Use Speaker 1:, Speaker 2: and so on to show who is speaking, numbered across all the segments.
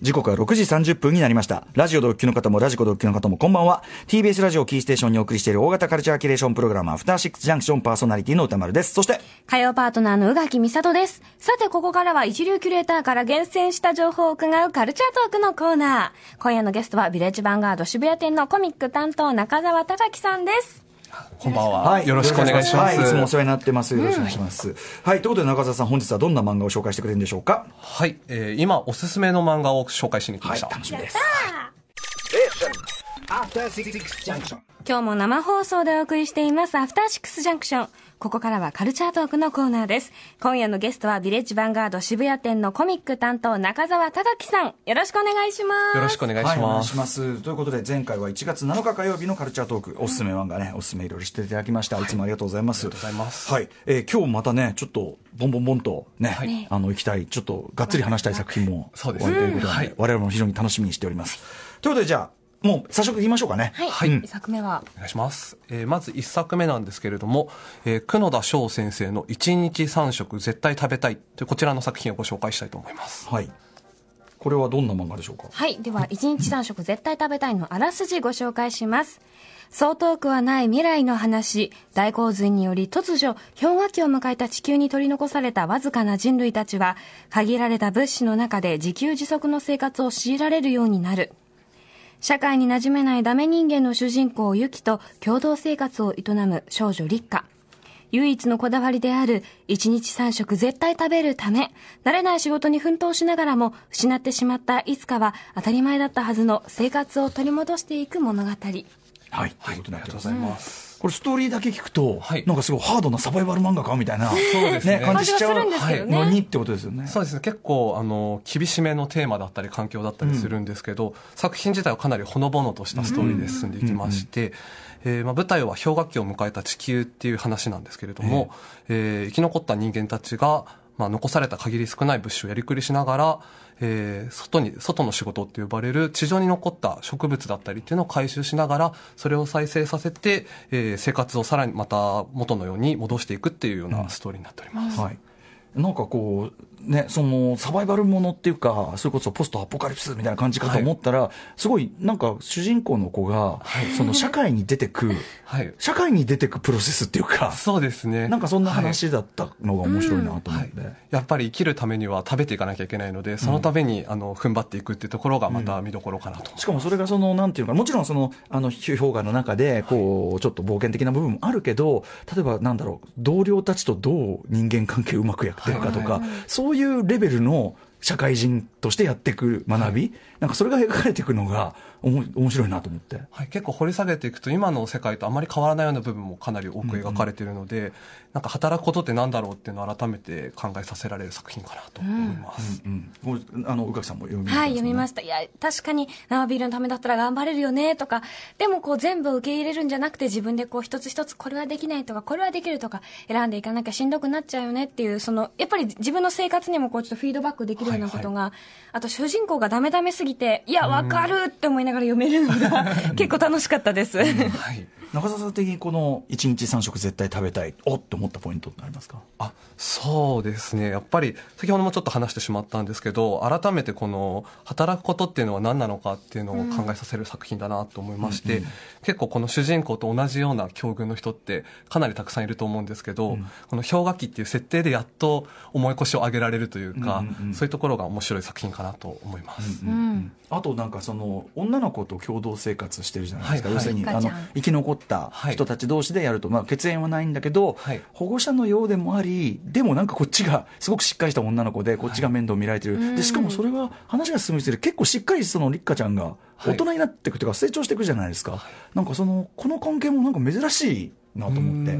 Speaker 1: 時刻は6時30分になりました。ラジオ同期の方もラジコ同期の方もこんばんは。TBS ラジオキーステーションにお送りしている大型カルチャーキュレーションプログラム、アフターシックスジャンクションパーソナリティの歌丸です。そして、
Speaker 2: 火曜パートナーの宇垣美里です。さて、ここからは一流キュレーターから厳選した情報を伺うカルチャートークのコーナー。今夜のゲストは、ビレッジヴァンガード渋谷店のコミック担当、中澤隆樹さんです。
Speaker 3: こんばんは、はい。よろしくお願いします。
Speaker 1: はい、いつもお世話になってます。よろしくお願いします。うん、はい、ということで中澤さん、本日はどんな漫画を紹介してくれるんでしょうか。
Speaker 3: はい、えー、今おすすめの漫画を紹介しに来ました。
Speaker 1: はい、楽しみです。。
Speaker 2: 今日も生放送でお送りしています、アフターシックスジャンクション。ここからはカルチャートークのコーナーです。今夜のゲストは、ビレッジヴァンガード渋谷店のコミック担当、中澤忠樹さん。よろしくお願いします。
Speaker 3: よろしくお願いします。はい、お願いします
Speaker 1: ということで、前回は1月7日火曜日のカルチャートーク、おすすめ漫画ね、おすすめいろいろしていただきました。いつもありがとうございます。
Speaker 3: はい、ありがとうございます。
Speaker 1: はい。えー、今日またね、ちょっと、ボンボンボンとね、はい、あの、行きたい、ちょっと、がっつり話したい作品も、
Speaker 3: そうです
Speaker 1: ね。ということで、はい、我々も非常に楽しみにしております。ということで、じゃあ、もう早速言いましょうかね。
Speaker 2: はい。はい、うん、作目は。
Speaker 3: お願いします。えー、まず一作目なんですけれども、えー、久野田翔先生の一日三食絶対食べたいというこちらの作品をご紹介したいと思います。
Speaker 1: はい。これはどんな漫画でしょうか
Speaker 2: はい。では、一日三食絶対食べたいのあらすじご紹介します。そう遠くはない未来の話、大洪水により突如、氷河期を迎えた地球に取り残されたわずかな人類たちは、限られた物資の中で自給自足の生活を強いられるようになる。社会に馴染めないダメ人間の主人公ユキと共同生活を営む少女立花。唯一のこだわりである一日三食絶対食べるため、慣れない仕事に奮闘しながらも失ってしまったいつかは当たり前だったはずの生活を取り戻していく物語。はい、
Speaker 1: はい、ということになってます。うんこれストーリーだけ聞くと、はい、なんかすごいハードなサバイバル漫画かみたいな、
Speaker 3: ねね、
Speaker 1: 感じしちゃうのにってことですよね。
Speaker 3: そうですね結構あの厳しめのテーマだったり環境だったりするんですけど、うん、作品自体はかなりほのぼのとしたストーリーで進んでいきまして、うんうん、えー、まあ、舞台は氷河期を迎えた地球っていう話なんですけれども、えー、えー、生き残った人間たちが、まあ、残された限り少ない物資をやりくりしながら、えー、外に、外の仕事って呼ばれる地上に残った植物だったりっていうのを回収しながら、それを再生させて、えー、生活をさらにまた元のように戻していくっていうようなストーリーになっております。
Speaker 1: うん、はい。なんかこう、ね、そのサバイバルものっていうか、それこそポストアポカリプスみたいな感じかと思ったら、はい、すごいなんか主人公の子が、はい、その社会に出てく、はい、社会に出てくプロセスっていう か、
Speaker 3: そうですね。
Speaker 1: なんかそんな話だったのが面白いなと思って、はい、、
Speaker 3: やっぱり生きるためには食べていかなきゃいけないので、そのために、うん、あの踏ん張っていくっていうところがまた見どころかなと、うん
Speaker 1: しかもそれがその、なんていうか、もちろんその、あの、氷河の中で、こう、ちょっと冒険的な部分もあるけど、例えばなんだろう、同僚たちとどう人間関係うまくやってるかとか、そういうレベルの社会人としてやっていく学び、はい、なんかそれが描かれていくのがおも面白いなと思って、
Speaker 3: はい、結構掘り下げていくと今の世界とあまり変わらないような部分もかなり多く描かれているので、うんうん、なんか働くことってなんだろうっていうのを改めて考えさせられる作品かなと思います、うん
Speaker 1: うん、うん、あの宇垣さんも読み。
Speaker 2: ました、ね、はい読みましたいや確かに生ビールのためだったら頑張れるよねとかでもこう全部受け入れるんじゃなくて自分でこう一つ一つこれはできないとかこれはできるとか選んでいかなきゃしんどくなっちゃうよねっていうそのやっぱり自分の生活にもこうちょっとフィードバックできるようなことが、はいはい、あと主人公がダメダメすぎて、いや、わかるって思いながら読めるの が、結構楽しかったですうん
Speaker 1: はい、中澤さん的にこの1日3食絶対食べたい、おっと思ったポイントってありますか
Speaker 3: あそうですね、やっぱり先ほどもちょっと話してしまったんですけど、改めてこの働くことっていうのは何なのかっていうのを考えさせる作品だなと思いまして、うん、結構この主人公と同じような境遇の人って、かなりたくさんいると思うんですけど、うん、この氷河期っていう設定でやっと重い腰を上げられるというか、うんうん、そういうところが面白い作品かなと思います、
Speaker 1: うんうんうん、あとなんかその女の子と共同生活してるじゃないですか、はいはい、要するにあの生き残った人たち同士でやると、まあ、血縁はないんだけど、はい、保護者のようでもありでもなんかこっちがすごくしっかりした女の子でこっちが面倒見られてる、はい、でしかもそれは話が進むにつれ結構しっかりその立花ちゃんが大人になっていくというか成長していくじゃないですか、はい、なんかそのこの関係もなんか珍しいなと思って、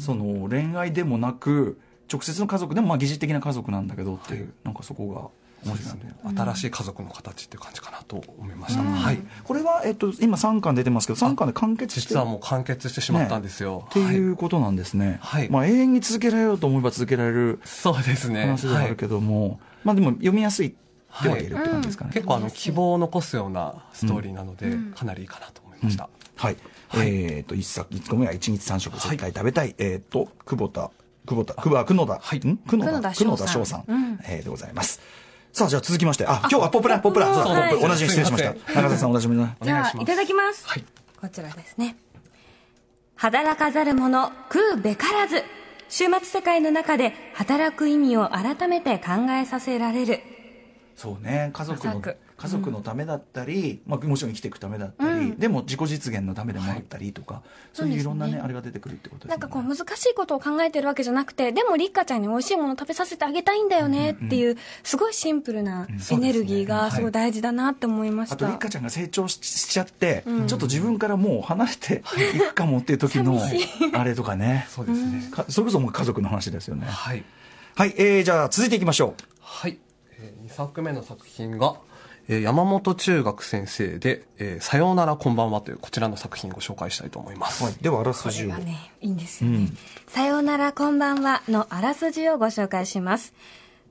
Speaker 1: その恋愛でもなく直接の家族でもまあ疑似的な家族なんだけどっていう、はい、なんかそこが。面白いね、
Speaker 3: うん、新しい家族の形っていう感じかなと思いました、
Speaker 1: うん、
Speaker 3: はい、
Speaker 1: これは、えっと、今3巻出てますけど3巻で完結
Speaker 3: して実はもう完結してしまったんですよ、
Speaker 1: ね、っていうことなんですね、はい、まあ、永遠に続けられようと思えば続けられる
Speaker 3: そうですね
Speaker 1: 話ではあるけども、はい、まあ、でも読みやすいってはいるって感じですかね、
Speaker 3: 結構あの希望を残すようなストーリーなので、うん、かなりいいかなと思いました、
Speaker 1: はい、はい、えー、っと1作1個目は1日3食絶対食べたい、えー、っと久保田久保田、久保、久野田、はい、久野田、久野田翔さん、うん、えー、でございます。さあ、じゃあ続きまして。あ、今日はポップラ、ポップラ。そうそう、
Speaker 3: はい
Speaker 1: ポップ同じに失礼しました。
Speaker 3: すいま
Speaker 1: 中澤さん、おなじみのね。
Speaker 2: じゃ
Speaker 3: お願いし
Speaker 2: あ、
Speaker 3: ます
Speaker 2: いただきます。
Speaker 3: はい
Speaker 2: こちらですね。働かざる者、食うべからず。週末世界の中で働く意味を改めて考えさせられる。
Speaker 1: そうね。家族
Speaker 2: 家
Speaker 1: の
Speaker 2: 族、
Speaker 1: 家族のためだったり、まあ、もちろん生きていくためだったり、でも自己実現のためでもあったりとか、そういういろんな
Speaker 2: そう
Speaker 1: ね、
Speaker 2: ですね
Speaker 1: あれが出てくるってことです
Speaker 2: な
Speaker 1: ね。
Speaker 2: んかこう難しいことを考えてるわけじゃなくて、でもリッカちゃんに美味しいもの食べさせてあげたいんだよねっていう、すごいシンプルなエネルギーがすごい大事だなって思いま
Speaker 1: あ
Speaker 2: し
Speaker 1: と、
Speaker 2: た。
Speaker 1: りっかちゃんが成長ししちゃって、ちょっと自分からもう離れていくかもっていう時の、あれとかね。
Speaker 3: そうですね。
Speaker 1: かそれこそもう家族の話ですよね。
Speaker 3: はい。
Speaker 1: はい、えー、じゃあ続いていきましょう。
Speaker 3: はい。え2作目の作品が、えー山本中学先生で、えーさようならこんばんはというこちらの作品をご紹介したいと思います。
Speaker 1: はい、では、あらすじを。
Speaker 2: がね、いいんですよね。さようならこんばんはのあらすじをご紹介します。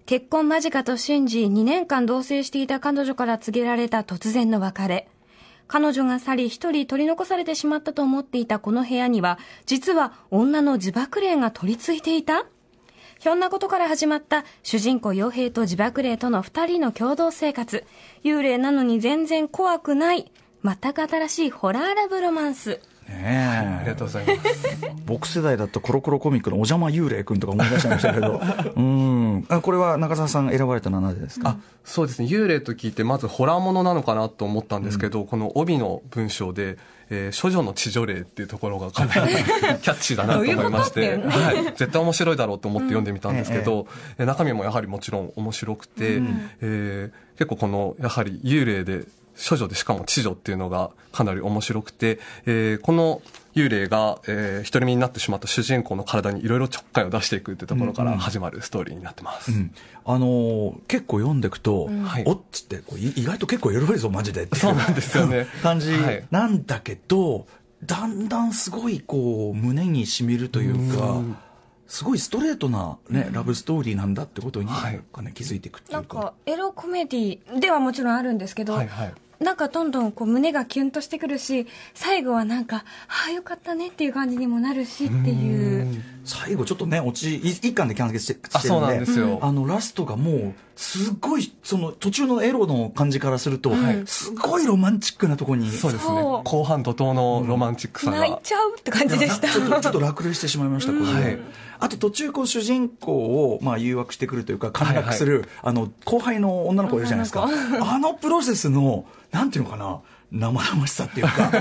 Speaker 2: 結婚間近と信じ、2年間同棲していた彼女から告げられた突然の別れ。彼女が去り一人取り残されてしまったと思っていたこの部屋には、実は女の自爆霊が取り付いていたひょんなことから始まった主人公傭兵と自爆霊との二人の共同生活。幽霊なのに全然怖くない。全く新しいホラーラブロマンス。
Speaker 1: ね
Speaker 3: あ
Speaker 1: え
Speaker 3: りがとうございます。
Speaker 1: 僕世代だったコロコロコミックのお邪魔幽霊くんとか思い出しちゃいましたけど。うん。あこれは中澤さん選ばれたのはなぜですか
Speaker 3: あそうですね幽霊と聞いてまずホラーものなのかなと思ったんですけど、この帯の文章で「えー処女の地女霊」っていうところがかなりキャッチーだなと思いまし
Speaker 2: どうい
Speaker 3: て
Speaker 2: うこと
Speaker 3: はい、絶対面白いだろうと思って読んでみたんですけど、えー中身もやはりもちろん面白くて、えー結構このやはり幽霊で処女でしかも地女っていうのがかなり面白くて、えーこの幽霊が、えー、独り身になってしまった主人公の体にいろいろちょっかいを出していくっていうところから始まるストーリーになってます。
Speaker 1: うんあのー結構読んでいくと、
Speaker 3: はい
Speaker 1: おっつってこうい意外と結構エロいぞマジでってい
Speaker 3: そうなんですよね
Speaker 1: 感じ
Speaker 3: はい
Speaker 1: なんだけど、だんだんすごいこう胸にしみるというか、すごいストレートな、ねラブストーリーなんだってことに、
Speaker 3: はい
Speaker 1: なんかね、気づいていくってい
Speaker 2: な
Speaker 1: うんか
Speaker 2: かエロコメディではもちろんあるんですけど、
Speaker 3: はいはい
Speaker 2: なんかどんどんこう胸がキュンとしてくるし最後はなんかああよかったねっていう感じにもなるしっていう
Speaker 1: 最後ちょっとね落ちい一巻で完結してしてるんで
Speaker 3: あそうなんですよ
Speaker 1: あのラストがもうすごいその途中のエロの感じからすると、すごいロマンチックなとこに
Speaker 3: そうですね。
Speaker 2: そう
Speaker 3: 後半怒涛のロマンチックさが。
Speaker 2: 泣いちゃうって感じでした
Speaker 1: ちょっとちょっと落雷してしまいました、これ、
Speaker 3: はい
Speaker 1: あと途中、こう主人公をまあ誘惑してくるというか、陥落する、あの後輩の女の子いるじゃないですか、あのプロセスの、なんていうのかな、生々しさっていう か、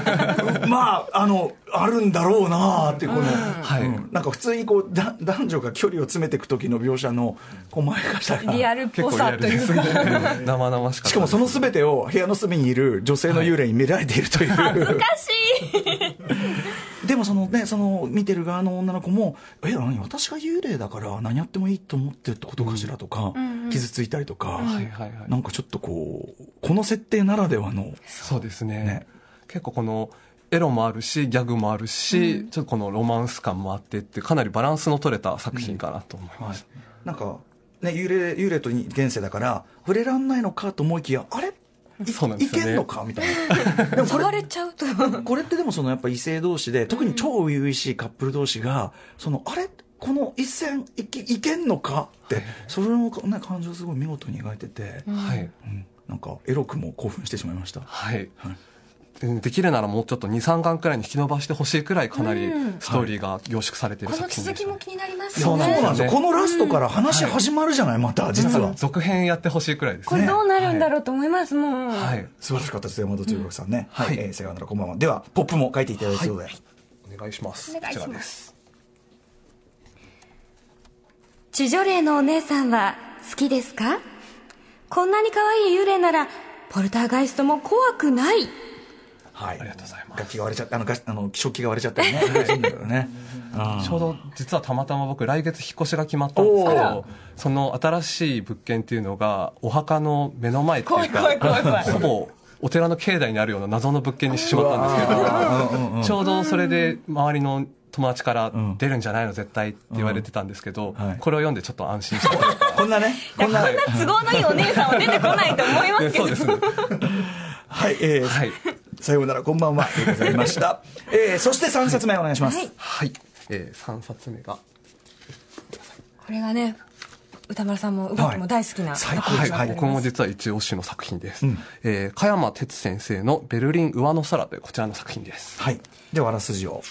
Speaker 1: まあ、あの、あるんだろうなっていう、この、
Speaker 3: はい
Speaker 1: うんなんか普通にこうだ男女が距離を詰めていく時の描写の細やかさが。
Speaker 2: リアルっぽさというか
Speaker 3: ね。生々しかった。
Speaker 1: しかもその全てを部屋の隅にいる女性の幽霊に見られているという、
Speaker 2: 恥ずかしい
Speaker 1: でもそのね、その見てる側の女の子も、え、何私が幽霊だから何やってもいいと思ってるってことかしらとか、傷ついたりとか、
Speaker 3: はいはいはい
Speaker 1: なんかちょっとこう、この設定ならではの、
Speaker 3: そうですね。
Speaker 1: ね
Speaker 3: 結構この、エロもあるし、ギャグもあるし、ちょっとこのロマンス感もあってって、かなりバランスの取れた作品かなと思いました。
Speaker 1: なんか、ね、幽霊、幽霊と現世だから、触れらんないのかと思いきや、あれい
Speaker 3: そうなんで
Speaker 1: い
Speaker 3: すよね
Speaker 1: けんのかみたい な。でもこれ
Speaker 2: 触れちゃうと
Speaker 1: これってでもそのやっぱ異性同士で、特に超初々しいカップル同士が、その、あれこの一線いけいけんのかって、それの、ね、感情をすごい見事に描いてて、
Speaker 3: はい。
Speaker 1: うんなんかエロくも興奮してしまいました。
Speaker 3: はい。でできるならもうちょっと2、3巻くらいに引き伸ばしてほしいくらいかなりストーリーが凝縮されている
Speaker 2: この
Speaker 3: 作品
Speaker 2: 続き
Speaker 3: でしたね
Speaker 2: も気になります
Speaker 1: そ
Speaker 2: よ
Speaker 1: うなん
Speaker 2: ね
Speaker 1: ですよ。このラストから話始まるじゃない、また、実は。
Speaker 3: 続編やってほしいくらいです
Speaker 2: これ
Speaker 3: ね。
Speaker 2: どうなるんだろうと思いますもう、
Speaker 3: はい。
Speaker 1: 素晴らしかったです、山本中学さんね。
Speaker 3: うん
Speaker 1: はい。
Speaker 3: はい
Speaker 1: えー、さようなら、こんばんは。では、ポップも書いていただいたようで。
Speaker 3: お願いします。
Speaker 2: お願いします
Speaker 3: こちらです。
Speaker 2: 地女霊のお姉さんは好きですかこんなに可愛い幽霊ならポルターガイストも怖くない
Speaker 1: はい。
Speaker 3: ありがとうございます
Speaker 1: 楽器が割れちゃった、あ の、があの食器が割れちゃったりね。そうだよね。
Speaker 3: ちょうど実はたまたま僕来月引っ越しが決まったんですけ
Speaker 1: おー
Speaker 3: どその新しい物件っていうのがお墓の目の前っていう
Speaker 2: 怖い怖い怖い怖
Speaker 3: か
Speaker 2: い
Speaker 3: ほぼお寺の境内にあるような謎の物件にしてしまったんですけど
Speaker 1: あ
Speaker 3: ちょうどそれで周りの友達から
Speaker 1: ん
Speaker 3: 出るんじゃないの絶対って言われてたんですけど
Speaker 1: うんはい
Speaker 3: これを読んでちょっと安心して
Speaker 1: ーこんなね、こんな。
Speaker 3: はい
Speaker 2: 都合のいいお姉さんは出てこないと思いますけ
Speaker 3: そ
Speaker 2: ど
Speaker 3: う ですね
Speaker 1: はい、えー
Speaker 3: はい
Speaker 1: さようなら、こんばんは。ありがとうございました。 えー、そして3冊目お願いします。
Speaker 2: はい
Speaker 3: はい、え3冊目が
Speaker 2: これがね歌丸さんも歌っても大好きな、
Speaker 3: はい、はい、僕も実は一押しの作品です、うん、えー、加山哲先生の「ベルリン上の空」というこちらの作品です、
Speaker 1: はい、ではあらすじを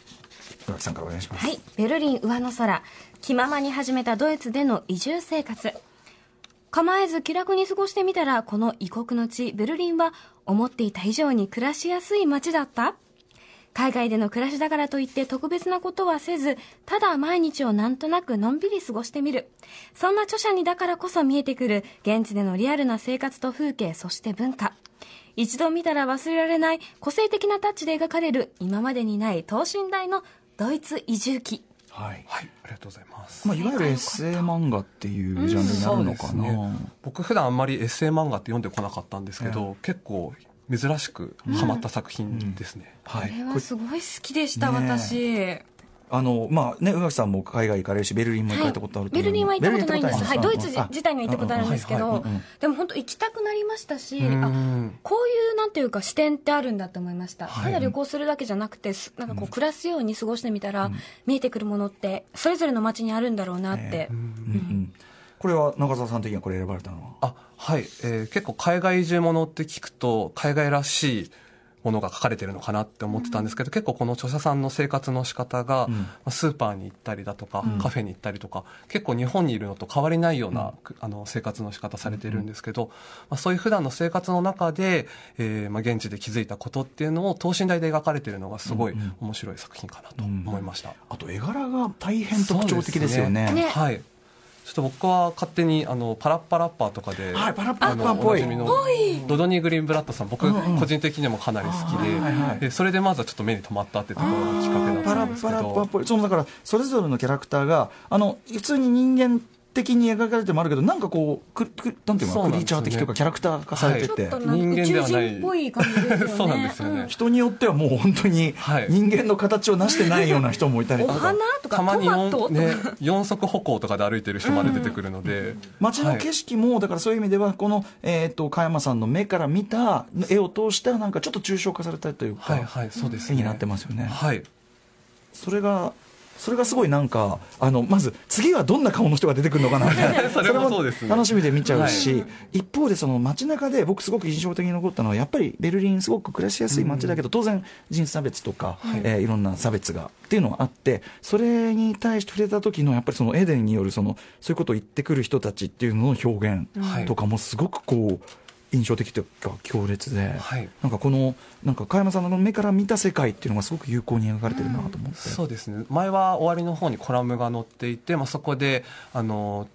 Speaker 1: 村木さんからお願いします、
Speaker 2: はい、ベルリン上の空気ままに始めたドイツでの移住生活構えず気楽に過ごしてみたらこの異国の地ベルリンは思っていた以上に暮らしやすい街だった海外での暮らしだからといって特別なことはせず、ただ毎日をなんとなくのんびり過ごしてみる。そんな著者にだからこそ見えてくる、現地でのリアルな生活と風景、そして文化。一度見たら忘れられない個性的なタッチで描かれる、今までにない等身大のドイツ移住記。
Speaker 1: はい、
Speaker 3: はい、ありがとうございます、
Speaker 1: まあ、いわゆるエッセイ漫画っていうジャンルになるのかな、うんね、
Speaker 3: 僕普段あんまりエッセイ漫画って読んでこなかったんですけど、えー、結構珍しくハマった作品ですね、
Speaker 2: うんうん、はい、これはすごい好きでした、私
Speaker 1: あのまあね、宇垣さんも海外行かれるし、ベルリンも行かれたことあると、
Speaker 2: はい、ベルリンは行ったことないんです、はい、ドイツ自体には行ったことあるんですけど、でも本当、行きたくなりましたし、あこういうなんていうか、視点ってあるんだと思いました、ただ旅行するだけじゃなくて、なんかこう、暮らすように過ごしてみたら、うん、見えてくるものって、それぞれの街にあるんだろうなって。
Speaker 1: これは中澤さん的にはこれ選ばれたのは
Speaker 3: あはい、えー、結構海外移住ものって聞くと海外らしいものが書かれてるのかなって思ってたんですけど、うん、結構この著者さんの生活の仕方が、うん、スーパーに行ったりだとか、うん、カフェに行ったりとか結構日本にいるのと変わりないような、あの生活の仕方されてるんですけど、まあ、そういう普段の生活の中で、えーまあ、現地で気づいたことっていうのを等身大で描かれてるのがすごい面白い作品かなと思いました、
Speaker 1: あと絵柄が大変特徴的ですよね、ねね、
Speaker 3: はいちょっと僕は勝手にあのパラッパラッパーとかで、
Speaker 1: はい、パラッパラッパーっ
Speaker 3: ぽいドドニー・グリーンブラッドさん僕個人的にもかなり好きで,、でそれでまずはちょっと目に留まったっていうところがきっかけだったんですけどパラッパラッパーっぽ
Speaker 1: いそのだからそれぞれのキャラクターがあの普通に人間的に描かれてもあるけどなんかこうくくなんていうのクリーチャー的というかキャラクター化されてて、
Speaker 2: 人間ではないっぽい感じです
Speaker 3: そうなんですよ ね、
Speaker 1: 人によってはもう本当に人間の形をなしてないような人もいたりとか
Speaker 2: 花とかたまに
Speaker 3: 四足歩行とかで歩いてる人まで出てくるので、
Speaker 1: 街の景色もだからそういう意味ではこの、えー、と加山さんの目から見た絵を通したなんかちょっと抽象化されたりというか、はいはいそうです絵になってますよね。
Speaker 3: はい、
Speaker 1: それがそれがすごいなんかあのまず次はどんな顔の人が出てくるのかなみたいな
Speaker 3: それもそうです、ね、
Speaker 1: 楽しみで見ちゃうし、はい、一方でその街中で僕すごく印象的に残ったのはやっぱりベルリンすごく暮らしやすい街だけど、うん、当然人種差別とか、はいえー、いろんな差別がっていうのがあってそれに対して触れた時のやっぱりそのエデンによるそのそういうことを言ってくる人たちっていうのの表現とかもすごくこう。はい印象的というか強烈で、はい、なんかこのなんか加山さんの目から見た世界っていうのがすごく有効に描かれてるなと思って、うん、
Speaker 3: そうですね前は終わりの方にコラムが載っていて、まあ、そこであの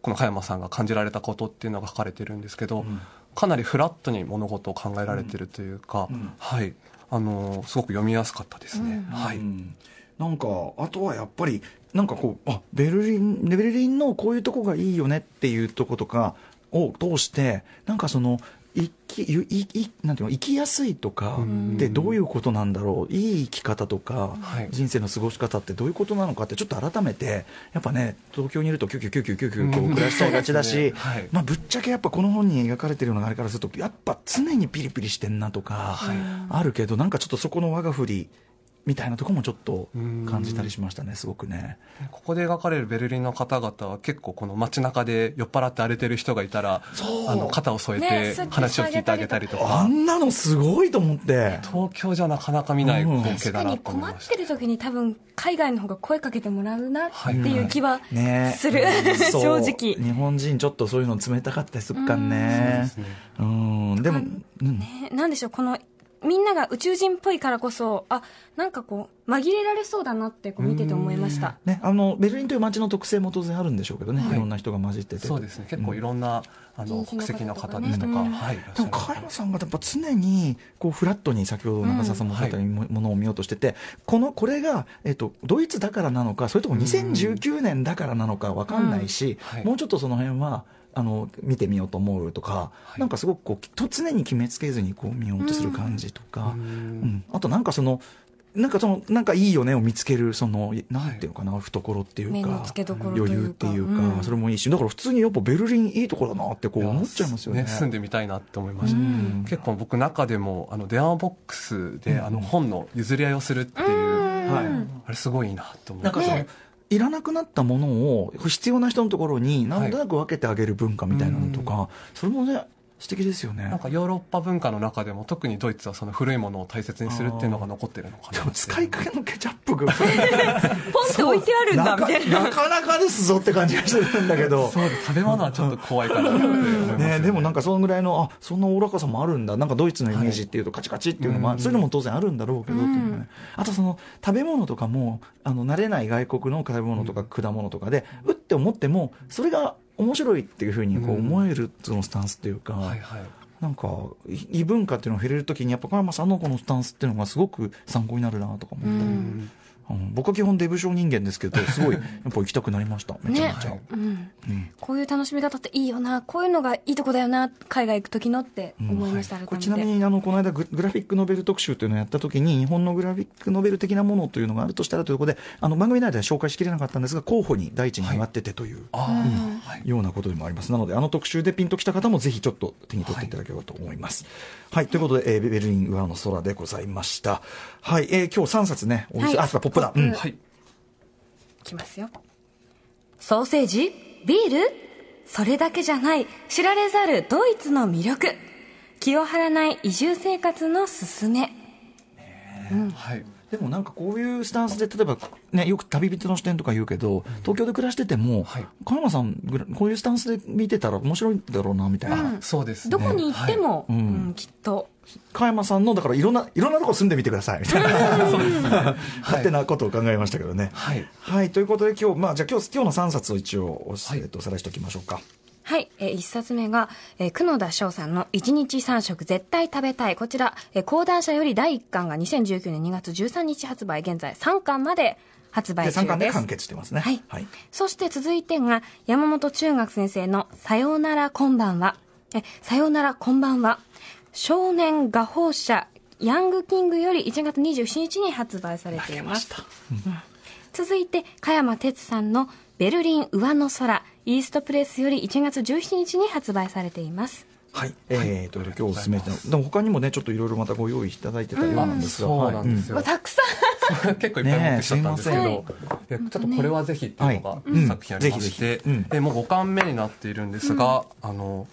Speaker 3: この加山さんが感じられたことっていうのが書かれてるんですけど、うん、かなりフラットに物事を考えられてるというか、うん、はいあのすごく読みやすかったですね、はい。
Speaker 1: なんかあとはやっぱりなんかこうあベルリンベルリンのこういうとこがいいよねっていうとことかを通してなんかその生きいいなんていうの生きやすいとかってどういうことなんだろういい生き方とか、はい、人生の過ごし方ってどういうことなのかってちょっと改めてやっぱね東京にいるとキュキュキュキュキュキュこう暮らしちゃいがちだし、はい、まあ、ぶっちゃけやっぱこの本に描かれてるようなあれからするとやっぱ常にピリピリしてんなとかあるけど、はい、なんかちょっとそこの我が振りみたいなとこもちょっと感じたりしましたね、すごくね。
Speaker 3: ここで描かれるベルリンの方々は結構この街中で酔っ払って荒れてる人がいたら、あの肩を添えて話を聞いてあげたりとか。ね、
Speaker 1: あんなのすごいと思って。
Speaker 3: 東京じゃなかなか見ない光景だな
Speaker 2: と思いました。確かに困ってる時に多分海外の方が声かけてもらうなっていう気はする、はいね、 正直。
Speaker 1: 日本人ちょっとそういうの冷たかったりするかね。うん、でも、
Speaker 2: うん、ね、なんでしょう、このみんなが宇宙人っぽいからこそあなんかこう紛れられそうだなってこう見てて思いました、
Speaker 1: ね、あのベルリンという街の特性も当然あるんでしょうけどね、はい、いろんな人が混じってて
Speaker 3: そうですね結構いろんな、うん、あの国籍の方ですとか、ね、はい、
Speaker 1: でも加山さんがやっぱ常にこうフラットに先ほど中澤さんもおっしゃったようにものを見ようとしてて、うんはい、このこれが、えっと、ドイツだからなのかそれとも2019年だからなのか分かんないし、うんはい、もうちょっとその辺は。あの見てみようと思うとか、はい、なんかすごくこう常に決めつけずにこう見ようとする感じとか、うん、うん、あとなんかそのなんかそのなんかいいよねを見つけるそのなんていうかな、はい、懐っていうか余裕っていうか、うん、それもいいしだから普通にやっぱベルリンいいところだなってこう思っちゃいますよね、ね、
Speaker 3: 住んでみたいなって思いました、うん、結構僕中でもあの電話ボックスであの本の譲り合いをするっていう、はい、あれすごいなと思って。
Speaker 1: なんかそのいらなくなったものを必要な人のところになんとなく分けてあげる文化みたいなのとか、はい、それもね素敵ですよね
Speaker 3: なんかヨーロッパ文化の中でも特にドイツはその古いものを大切にするっていうのが残ってるのかな
Speaker 1: でも使いかけのケチャップ が
Speaker 2: ポンって置いてあるんだみた
Speaker 1: いななかなかですぞって感じがするんだけど
Speaker 3: そうです食べ物はちょっと怖いかなって思いますね、ね、、
Speaker 1: でもなんかそのぐらいのあそんなおおらかさもあるんだなんかドイツのイメージっていうとカチカチっていうのも、はい、そういうのも当然あるんだろうけど、ね、あとその食べ物とかもあの慣れない外国の食べ物とか果物とかで、うって思ってもそれが面白いっていうふうにこう思えるそのスタンスっていうか、うんはいはい、なんか異文化っていうのを触れるときにやっぱ加山さんのこのスタンスっていうのがすごく参考になるなとか思ったり、うんうん、僕は基本デブ症人間ですけどすごいやっぱ行きたくなりましためちゃめちゃ、ね
Speaker 2: うんこういう楽しみ方っていいよなこういうのがいいとこだよな海外行く時のって思いました、
Speaker 1: はい、ちなみにあのこの間グラフィックノベル特集というのをやった時に日本のグラフィックノベル的なものというのがあるとしたらということであの番組内では紹介しきれなかったんですが候補に第一に上がっててという、はいうん、ようなことでもありますなのであの特集でピンときた方もぜひちょっと手に取っていただければと思います、はい、はい、ということで、えー、ベルリン上の空でございましたはい、えー、今日3冊ねお店、はい、あポップだ、うん、はい
Speaker 2: きますよソーセージビールそれだけじゃない知られざるドイツの魅力気を張らない移住生活のすすめ、
Speaker 1: うん、はいでもなんかこういうスタンスで例えば、ね、よく旅人の視点とか言うけど、うん、東京で暮らしてても、はい、加山さんこういうスタンスで見てたら面白いだろうなみたいな、うん
Speaker 3: そうですね
Speaker 2: どこに行っても、はい、うん、きっと
Speaker 1: 加山さんのだからいろんないろんなとこ住んでみてくださいみたいなそうです、ね、 勝手なことを考えましたけどね
Speaker 3: はい、
Speaker 1: はい、ということで今日、まあ、じゃあ今日今日の3冊を一応お,、はい、えっと、おさらいしておきましょうか
Speaker 2: はい、えー、1冊目が、えー、久野田翔さんの「1日3食絶対食べたい」こちら、えー、講談社より第1巻が2019年2月13日発売現在3巻まで発売中です
Speaker 1: で3巻で完結してますね、
Speaker 2: はい、はい、そして続いてが山本中学先生の「さようならこんばんは」え「さようならこんばんは」少年画報社ヤングキングより1月27日に発売されています、うん、続いて加山哲さんの「ベルリン上の空」イーストプレスより1月17日に発売されています。
Speaker 1: はい、えー、という今日おすすめしたでも他にもねちょっといろいろまたご用意いただいてたようなんですが、うん
Speaker 3: はい、そうなんですよ、うん、
Speaker 2: たくさ
Speaker 3: ん 結構いっぱい持ってきちゃったんですけど、ねはい、ちょっとこれはぜひっていうのが、はい、作品ありまして、うん、えもう5巻目になっているんですが、あの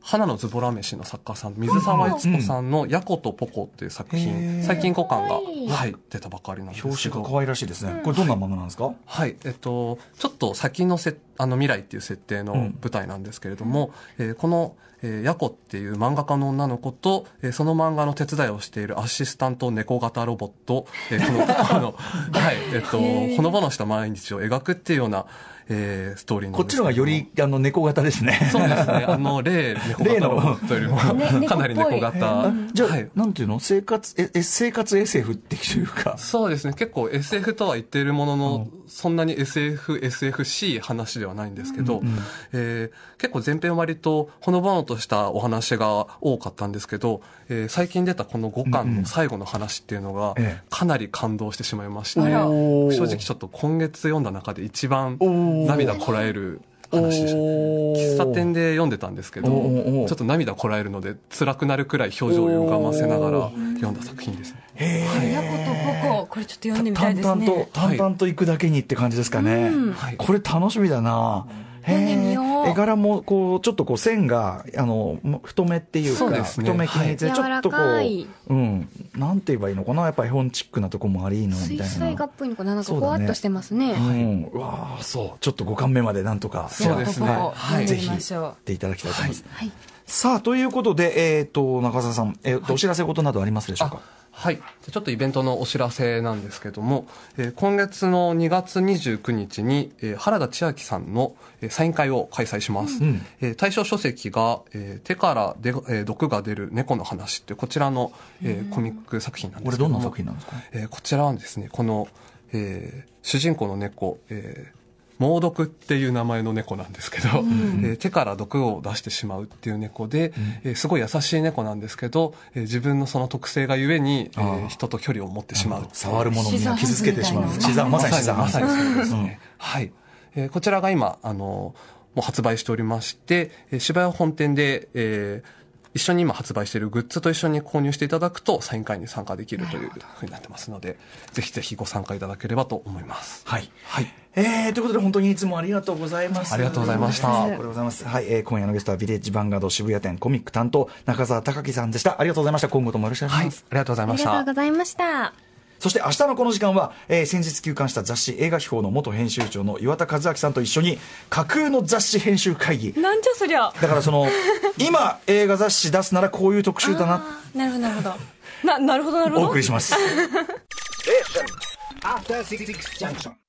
Speaker 3: 花のズボラ飯の作家さん、水沢悦子さんの、やことぽこっていう作品、うん、最近5巻が、はい、出たばかりなんです
Speaker 1: 表紙が可愛らしいですね。これどんな漫画なんですか、はい、
Speaker 3: はい、えっと、ちょっと先のせ、あの未来っていう設定の舞台なんですけれども、うん、えー、この、えー、ヤコっていう漫画家の女の子と、えー、その漫画の手伝いをしているアシスタント猫型ロボット、えー、こ の、あの、はい、えっと、ほのぼのした毎日を描くっていうような、えー、ストーリー
Speaker 1: こっちのがよりあの猫型ですね。
Speaker 3: そうですね。あの例猫型のというより もかなり猫型。
Speaker 1: ね、じゃあ、はい、なんていうの生活え生活 SF っていうか。
Speaker 3: そうですね。結構 SF とは言っているものの、うん、そんなに SF SFC 話ではないんですけど、うんうん、えー、結構前編割とほのぼのとしたお話が多かったんですけど、えー、最近出たこの5巻の最後の話っていうのが、うんうん、かなり感動してしまいまして、ええ、正直ちょっと今月読んだ中で一番。涙こらえる話でした、ね、喫茶店で読んでたんですけどちょっと涙こらえるので辛くなるくらい表情を歪ませながら読んだ作品ですね。
Speaker 2: 親子とポコこれちょっと読んでみたいです
Speaker 1: ね。淡々と淡々と行くだけにって感じですかね。はい、これ楽しみだな。
Speaker 2: 読んでみよう。
Speaker 1: 絵柄もこうちょっとこう線があの太めっていうか、ね、太め気にで、はい、ちょっとこう、うん、なんて言えばいいのかなやっぱり本チックなとこもありのみたいな水
Speaker 2: 彩画っぽいのかななんかほわっとしてますねう、ね、
Speaker 1: はいうん、わあそうちょっと5巻目までなんとか、
Speaker 3: そうですね、はい
Speaker 1: ぜひっていただきたいと思います、はい、さあということで、えーと、と中澤さん、えーと、はい、お知らせことなどありますでしょうか
Speaker 3: はい。ちょっとイベントのお知らせなんですけども、えー、今月の2月29日に、えー、原田千秋さんの、えー、サイン会を開催します。うん、えー、対象書籍が、えー、手からで、えー、毒が出る猫の話ってこちらの、えー、コミック作品なんです
Speaker 1: けども。これどんな作品なんですか、
Speaker 3: えー、こちらはですね、この、えー、主人公の猫、えー、猛毒っていう名前の猫なんですけど、うん、えー、手から毒を出してしまうっていう猫で、うん、えー、すごい優しい猫なんですけど、えー、自分のその特性がゆえに、えー、人と距離を持ってしまう
Speaker 1: 触るものに傷つけてしまうシザ
Speaker 3: まさにシザまさにそうですね、うん、はい、えー、こちらが今あのもう発売しておりまして、えー、芝屋本店で、えー、一緒に今発売しているグッズと一緒に購入していただくと、サイン会に参加できるというふうになってますので、ぜひぜひご参加いただければと思います。
Speaker 1: はい。はい。えー、ということで本当にいつもありがとうございます。
Speaker 3: ありがとうございました。ありが
Speaker 1: とうございます。はい、えー、今夜のゲストはビレッジヴァンガード渋谷店コミック担当中澤隆樹さんでした。ありがとうございました。今後ともよろしくお願いします。はい、
Speaker 3: ありがとうございました。
Speaker 2: ありがとうございました。
Speaker 1: そして明日のこの時間は、えー、先日休刊した雑誌映画秘宝の元編集長の岩田和明さんと一緒に架空の雑誌編集会議
Speaker 2: なんじゃそりゃ
Speaker 1: だからその今映画雑誌出すならこういう特集だな
Speaker 2: なるほどなるほどななるほどなるほど
Speaker 1: お送りしますえ